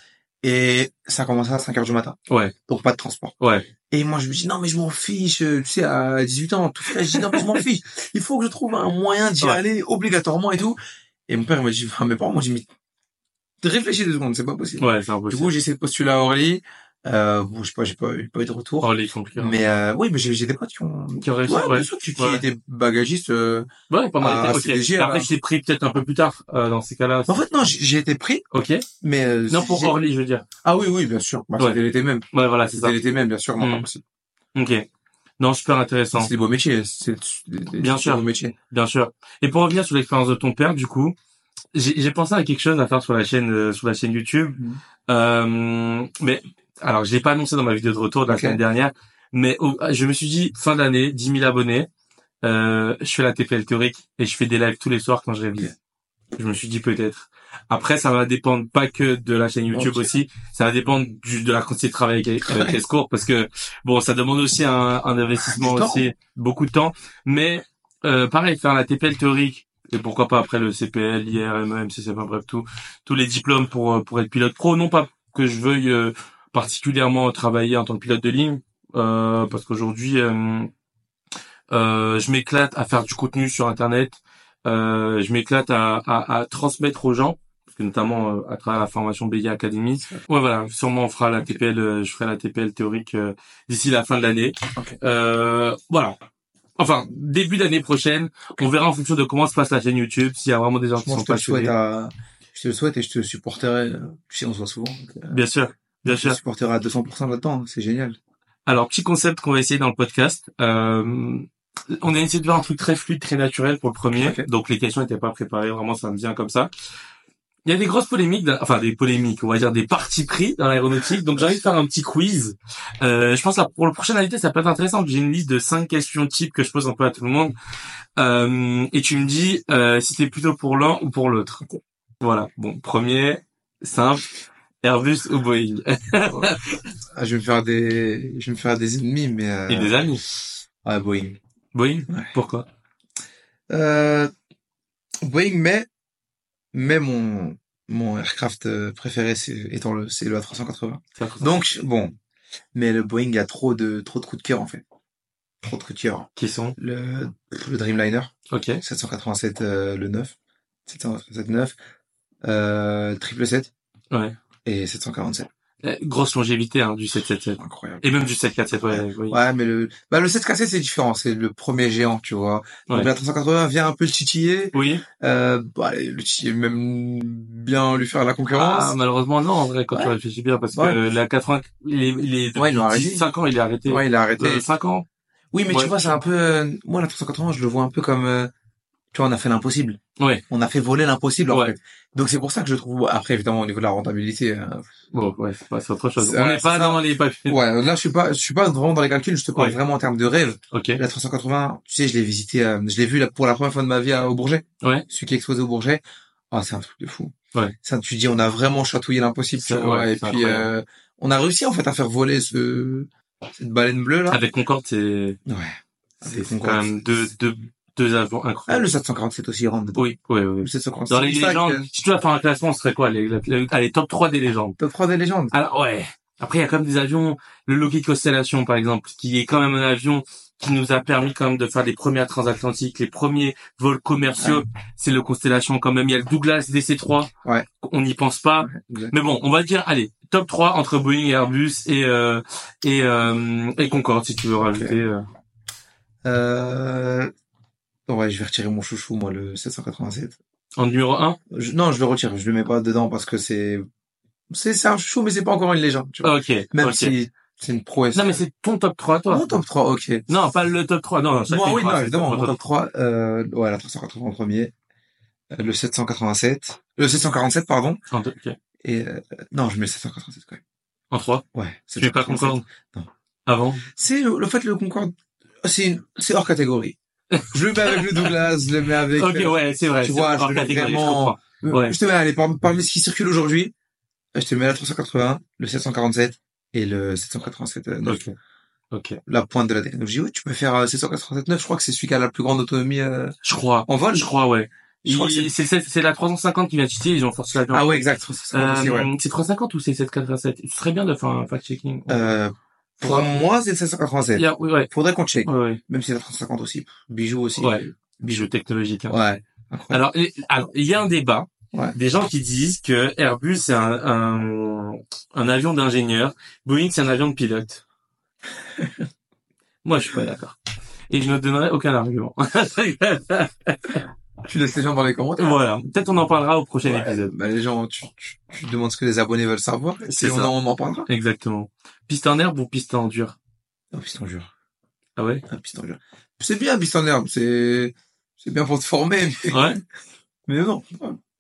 Et ça commençait à 5h du matin. Ouais. Donc pas de transport. Ouais. Et moi, je me dis, non, mais je m'en fiche, euh, tu sais, à 18 ans, tout ça, je dis, non, mais je m'en fiche. Il faut que je trouve un moyen d'y Ouais. aller obligatoirement et tout. Et mon père, il m'a dit, enfin, mes parents m'ont dit, mais réfléchis deux secondes, c'est pas possible. Ouais, c'est Du impossible. coup, j'ai essayé de postuler à Orly. Euh, bon, je sais pas, j'ai pas, eu- pas eu de retour. Oh, les compliqués. mais euh, oui, mais j'ai j'ai des potes qui ont... Qui ont réussi, Ouais, ouais. bien sûr, qui, qui Ouais. étaient bagagistes. euh. Ouais, pas mal. Ah, ok. c'est léger, Après, alors. je t'ai pris peut-être un peu plus tard euh, dans ces cas-là. En fait, non, j'ai j'ai été pris, Ok. mais... euh, Non, pour j'ai- Orly, je veux dire. Ah oui, oui, bien sûr. Bah, Ouais. C'était l'été même. Ouais, voilà, c'est ça. C'était l'été même, bien sûr. moi, Mm. pas possible. Ok. Non, super intéressant. C'est des beaux métiers. C'est des, des- Bien des sûr. beaux métiers. Bien sûr. Et pour revenir sur l'expérience de ton père, du coup, j'ai j'ai pensé à quelque chose à faire sur la chaîne, euh, sur la chaîne YouTube. Mhm. Euh, mais alors, je l'ai pas annoncé dans ma vidéo de retour de la Ok. semaine dernière, mais au- je me suis dit fin d'année, 10 000 abonnés, euh, je fais la TPL théorique et je fais des lives tous les soirs quand je révise. Je me suis dit peut-être. Après, ça va dépendre pas que de la chaîne YouTube Ok. aussi, ça va dépendre du, de la quantité de travail avec, avec Escourt parce que bon, ça demande aussi un, un investissement Du temps. aussi, beaucoup de temps, mais euh, pareil, faire la TPL théorique et pourquoi pas après le CPL, IRME, MCC, enfin bref, tout, tous les diplômes pour euh, pour être pilote pro. Non pas que je veuille euh, particulièrement travailler en tant que pilote de ligne, euh, parce qu'aujourd'hui, euh, euh, je m'éclate à faire du contenu sur Internet. Euh, je m'éclate à, à, à transmettre aux gens, parce que notamment euh, à travers la formation BIA Academy. Ouais, voilà, sûrement on fera la TPL, euh, je ferai la TPL théorique euh, d'ici la fin de l'année. Ok. Euh, voilà. Enfin, début d'année prochaine, on verra en fonction de comment se passe la chaîne YouTube, s'il y a vraiment des gens qui Moi, sont je te le souhaite passionnés. à, je te le souhaite et je te supporterai. euh, Tu sais, on se voit souvent. donc, euh, Bien sûr, bien je sûr. te supporterai à 200% là-dedans. C'est génial. Alors, petit concept qu'on va essayer dans le podcast. Euh, on a essayé de faire un truc très fluide, très naturel pour le premier. Ok. Donc, les questions n'étaient pas préparées. Vraiment, ça me vient comme ça. Il y a des grosses polémiques, dans- enfin des polémiques, on va dire des partis pris dans l'aéronautique. Donc, j'ai envie de faire un petit quiz. Euh, je pense que pour le prochain invité, ça peut être intéressant. J'ai une liste de cinq questions types que je pose un peu à tout le monde. Euh, et tu me dis euh, si t'es plutôt pour l'un ou pour l'autre. Voilà. Bon, premier, simple. Airbus ou Boeing. Euh. Ah, je vais me faire des, je vais me faire des ennemis, mais, euh... Et des amis. Ah, Boeing. Boeing. Ouais. Pourquoi Euh, Boeing, mais, mais mon, mon aircraft euh, préféré, c'est, étant le, c'est le A380. C'est intéressant. Donc, bon. Mais le Boeing a trop de, trop de coups de cœur, en fait. Trop de coups de cœur. Qui sont Le, le Dreamliner. Ok. 787 euh, le 9, 787 9, euh, 777 Ouais. et 747. Eh, Grosse longévité hein, du 777. Incroyable. Et même du 747, ouais. oui. Ouais, mais le, bah, le 747 c'est différent, c'est le premier géant, tu vois. Donc Ouais. la 380 vient un peu le titiller, Oui. euh, bah, allez, le titiller même bien lui faire la Ah, concurrence. malheureusement, non, en vrai, quand Ouais. tu réfléchis bien, parce que Ouais. euh, la 80, il est, il est ouais, il l'a arrêté. 5 ans, il est arrêté. Ouais, il a arrêté. Euh, 5 ans. oui, mais ouais. tu vois, c'est un peu, euh, moi, la 380, je le vois un peu comme, euh, tu vois, on a fait l'impossible. Ouais. On a fait voler l'impossible, en Ouais. fait. Donc, c'est pour ça que je trouve, après, évidemment, au niveau de la rentabilité, euh, Bon, ouais, c'est pas- c'est autre chose. C'est- On ouais, n'est pas c'est ça. dans les papiers. Ouais, là je suis pas, je suis pas vraiment dans les calculs. Je te parle Ouais. vraiment en termes de rêve. Ok. La 380, tu sais, je l'ai visité, euh, je l'ai vu là, pour la première fois de ma vie à- au Bourget. Ouais. Celui qui est exposé au Bourget. Ah, c'est un truc de fou. Ouais. Ça, tu dis, on a vraiment chatouillé l'impossible, tu C'est- vois. ouais, et c'est puis, incroyable. euh, on a réussi en fait à faire voler ce cette baleine bleue là. Avec Concorde, c'est, Ouais. c'est Avec Ah. c'est quand Concorde. même deux, deux, deux avions Ah, incroyables. le 747 aussi il rentre dedans. Oui, oui, oui. Ah, Le 747. Dans les C'est euh. ça, légendes, que- si tu dois faire un classement, ce serait quoi les, les- allez, top 3 des légendes. Top 3 des légendes. Alors, ouais. Après, il y a quand même des avions, le Lockheed Constellation, par exemple, qui est quand même un avion qui nous a permis quand même de faire les premières transatlantiques, les premiers vols commerciaux. C'est le Constellation quand même. Il y a le Douglas DC-3. Ouais. On n'y pense pas. exact. Mais bon, on va dire, allez, top 3 entre Boeing et Airbus et, euh, et, euh, et Concorde, si tu veux rajouter. euh. Euh... bon, ouais, je vais retirer mon chouchou, moi, le 787. En numéro 1 Je- Non, je le retire. Je le mets pas dedans parce que c'est, c'est c'est un chouchou, mais c'est pas encore une légende, tu vois. Ok. Même ok. si c'est une prouesse. Ah, Non, mais c'est ton top 3, toi. Mon top 3, ok. Non, pas le top 3. Non, non, ça, Moi, c'est oui, pas- non, c'est évidemment, pas mon top- top 3, euh, ouais, la 380 en premier, euh, le 787, le 747, pardon, En deux, ok. et, euh, non, je mets le 747, quand même. En 3. Ouais, Tu mets pas 787. Concorde Non. Avant C'est, le, le fait, le Concorde, euh, c'est, une- c'est hors catégorie. Je le mets avec le Douglas, je le mets avec, Ok, euh, ouais, c'est vrai. tu c'est vois, hors je le mets catégorie, je vraiment- comprends. euh, ouais. je te mets, allez, parmi, parmi ce qui circule aujourd'hui, euh, je te mets la 381, le 747, et le 787, euh, neuf. Ok. Ok. la pointe de la technologie. Oui, tu peux faire euh, 787, neuf, je crois que c'est celui qui a la plus grande autonomie, euh, Je crois. en vol. Je crois, ouais. Je crois que Il- C'est c'est- c'est la 350 qui vient de chuter, ils ont forcé l'avion. Ah ouais, exact. Euh, 350 aussi, ouais. C'est 350 ou c'est 787 Ce serait bien de faire un fact-checking. Euh, pour moi, c'est le 787. Il y a- oui, ouais. Faudrait qu'on check. Ouais, ouais. Même si c'est la 350 aussi. Bijoux aussi. Ouais. Bijou technologique. hein. Ouais. Incroyable. Alors, les- alors, il y a un débat. Ouais. Des gens qui disent que Airbus c'est un, un, un avion d'ingénieur, Boeing c'est un avion de pilote. Moi, je suis pas d'accord. Et je ne donnerai aucun argument. Tu laisses les gens dans les commentaires. voilà. Peut-être on en parlera au prochain Ouais. épisode. Bah, les gens, tu, tu, tu demandes ce que les abonnés veulent savoir. C'est Et on ça. en, on en parlera. Exactement. Piste en herbe ou piste en dur Un piston dur. Ah ouais. Un piston dur. C'est bien, un piston herbe. C'est, c'est bien pour te former. Mais, Ouais. mais non.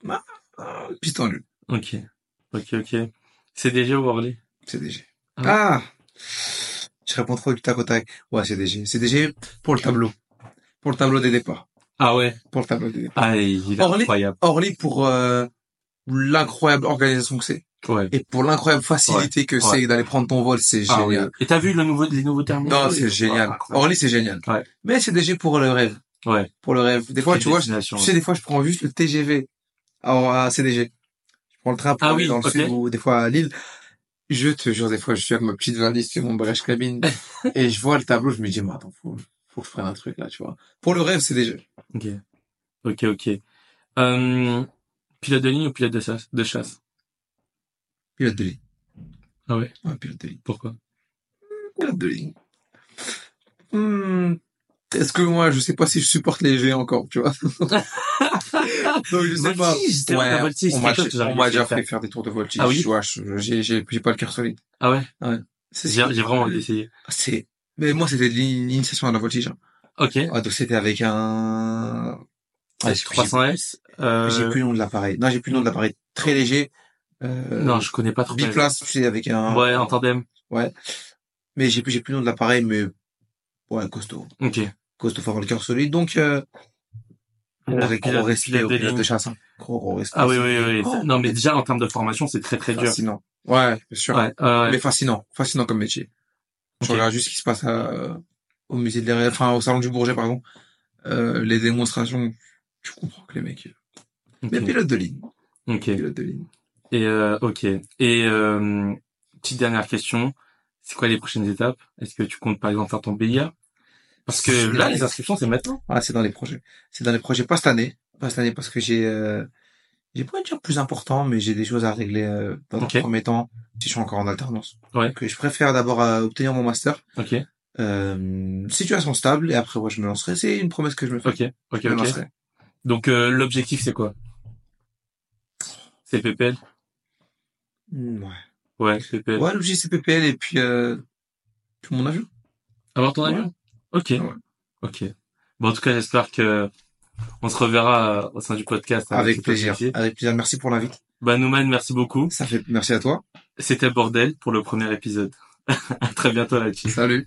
Ah, ah, Piston dur. Ok. Ok, ok. C'est déjà ou Orly CDG. Ah. Ah! Je réponds trop du tac au tac. Ouais, CDG. CDG pour le tableau. Pour le tableau des départs. Ah ouais. Pour le tableau des départs. Ah, il est Orly- incroyable. Orly pour euh, l'incroyable organisation que c'est Ouais. et pour l'incroyable facilité que c'est d'aller prendre ton vol, c'est Ah oui. génial. Et t'as vu le nouveau, les nouveaux terminaux Ah, Non, c'est génial. Orly, c'est génial. Ouais. Mais c'est déjà pour le rêve. Ouais. Pour le rêve. Des fois, tu vois, je- tu sais, des fois, je prends juste le TGV à à CDG. Je prends le train pour Ah aller oui, dans le ok. sud ou des fois à Lille. Je te jure, des fois, je suis avec ma petite valise, tu sais, mon bagage cabine, et je vois le tableau, je me dis, mais attends, faut, faut que je prenne un truc là, tu vois. Pour le rêve, c'est déjà. Ok, ok, ok. Euh, pilote de ligne ou pilote de chasse, de chasse Pilote de ligne. Ah ouais. Ouais, pilote de ligne. Pourquoi Pilote de ligne. Hmm. Est-ce que moi, je sais pas si je supporte les G encore, tu vois. Donc, je sais pas. Voltige, c'est vrai, la voltige, on c'est m'a, toi que j'arrive on m'a à déjà faire. fait faire des tours de voltige. Ah oui Tu vois, je- j'ai, j'ai, j'ai pas le cœur solide. Ah ouais C'est, J'ai j'ai vraiment envie d'essayer. c'est, mais moi, c'était de l'in- l'initiation à la voltige. hein. Ok. Ah, donc c'était avec un, Ah, j'ai- 300S. j'ai- Euh... J'ai plus le nom de l'appareil. Non, j'ai plus le nom de l'appareil. Très léger. Euh, Non, je connais pas trop. biplace, tu sais, avec un, Ouais, en tandem. mais j'ai plus, j'ai plus le nom de l'appareil, mais, ouais, costaud. Ok. costaud fort le cœur solide. Donc, euh, gros, gros Pilote- respect pilote au de pilote de ligne. chasse. hein. Gros, gros respect. Ah oui, oui, oui. Oh. Non, mais déjà en termes de formation, c'est très Ah, très dur. Fascinant. Ouais, bien sûr. Ouais, ouais. Mais fascinant. Fascinant comme métier. Je Ok. regarde juste ce qui se passe à- au musée de l'air, enfin, au salon du Bourget, pardon. Euh, les démonstrations. Tu comprends que les mecs. euh, Mais Ok. pilote de ligne. Ok. Pilote de ligne. Et euh, ok. Et euh, petite dernière question, c'est quoi les prochaines étapes Est-ce que tu comptes par exemple faire ton BIA Parce que là, les inscriptions, c'est maintenant. Ah, c'est dans les projets. C'est dans les projets. Pas cette année. Pas cette année parce que j'ai, euh, j'ai pas à dire plus important, mais j'ai des choses à régler, euh, dans Ok. un premier temps. Si je suis encore en alternance. Ouais. Que je préfère d'abord euh, obtenir mon master. Ok, Euh, situation stable et après ouais je me lancerai c'est une promesse que je me fais ok, ok, je me ok. lancerai Donc euh, l'objectif, c'est quoi C'est PPL. Mm, ouais Ouais, PPL. ouais l'objet c'est PPL et puis euh, puis mon avion Avoir ton Ouais. avion Ok, Ouais. ok. Bon, en tout cas, j'espère que on se reverra euh, au sein du podcast. hein, avec cet plaisir objectif. avec plaisir merci pour l'invite Bah, Nouman, merci beaucoup. ça fait merci à toi C'était Bordel pour le premier épisode. à très bientôt là-dessus. salut